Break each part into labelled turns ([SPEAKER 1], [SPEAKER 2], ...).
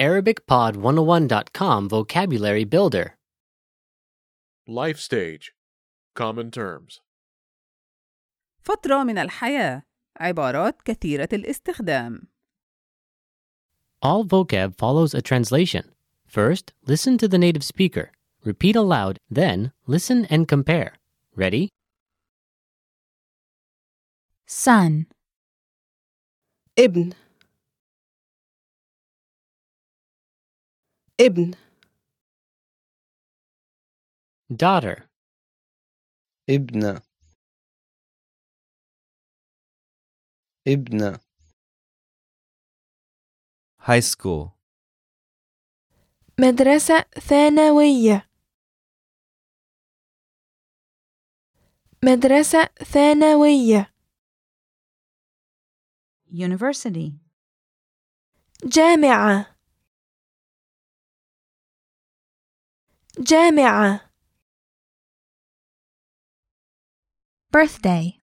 [SPEAKER 1] ArabicPod101.com Vocabulary Builder.
[SPEAKER 2] Life stage. Common terms.
[SPEAKER 3] فترة من الحياة عبارات كثيرة الاستخدام
[SPEAKER 1] All vocab follows a translation. First, listen to the native speaker. Repeat aloud, then, listen and compare. Ready?
[SPEAKER 4] son,
[SPEAKER 5] ابن ابن
[SPEAKER 1] Daughter,
[SPEAKER 6] ابن ابن
[SPEAKER 7] high school,
[SPEAKER 8] مدرسة ثانوية مدرسة ثانوية
[SPEAKER 4] university,
[SPEAKER 8] جامعة جامعة
[SPEAKER 4] birthday,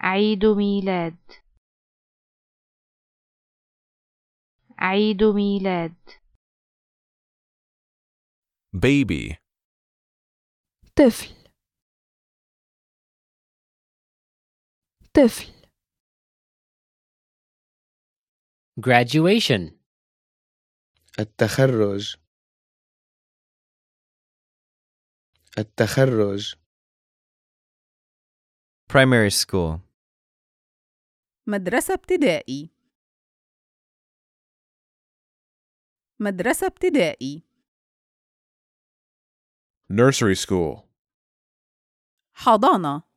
[SPEAKER 9] عيد ميلاد عيد ميلاد
[SPEAKER 10] baby,
[SPEAKER 8] طفل طفل
[SPEAKER 1] graduation,
[SPEAKER 6] التخرج التخرج
[SPEAKER 7] primary school,
[SPEAKER 3] مدرسة ابتدائي مدرسة ابتدائي
[SPEAKER 2] Nursery school.
[SPEAKER 3] حضانة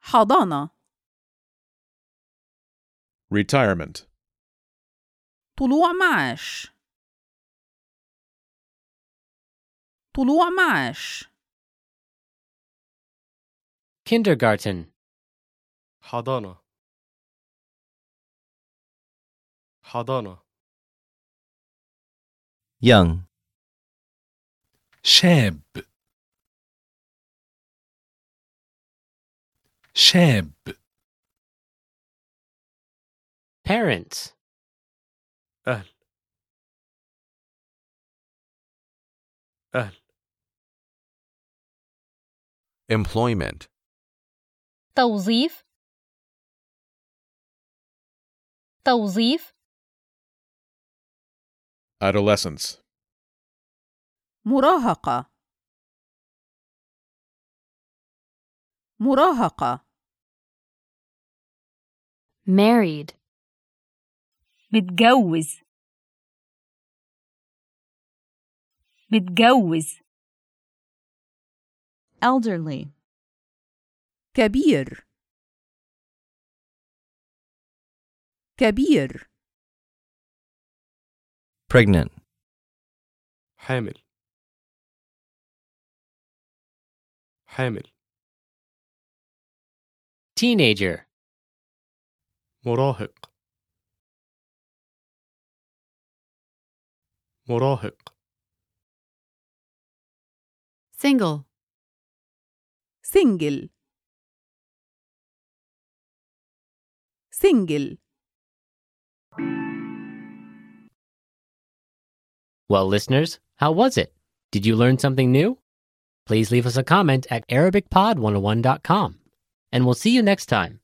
[SPEAKER 3] حضانة
[SPEAKER 2] Retirement.
[SPEAKER 3] طلوع معاش طلوع معاش
[SPEAKER 1] kindergarten,
[SPEAKER 6] حضانة حضانة
[SPEAKER 7] young,
[SPEAKER 11] شاب شاب
[SPEAKER 1] parents,
[SPEAKER 11] أهل أهل
[SPEAKER 10] employment,
[SPEAKER 4] توظيف, توظيف,
[SPEAKER 2] Adolescence.
[SPEAKER 3] مراهقة مراهقة
[SPEAKER 9] married
[SPEAKER 4] متجوز, متجوز, elderly,
[SPEAKER 3] كبير كبير
[SPEAKER 7] pregnant,
[SPEAKER 11] حامل حامل
[SPEAKER 1] teenager,
[SPEAKER 11] مراهق مراهق
[SPEAKER 3] single single single
[SPEAKER 1] Well, listeners, how was it? Did you learn something new? oh Please leave us a comment at ArabicPod101.com. And we'll see you next time.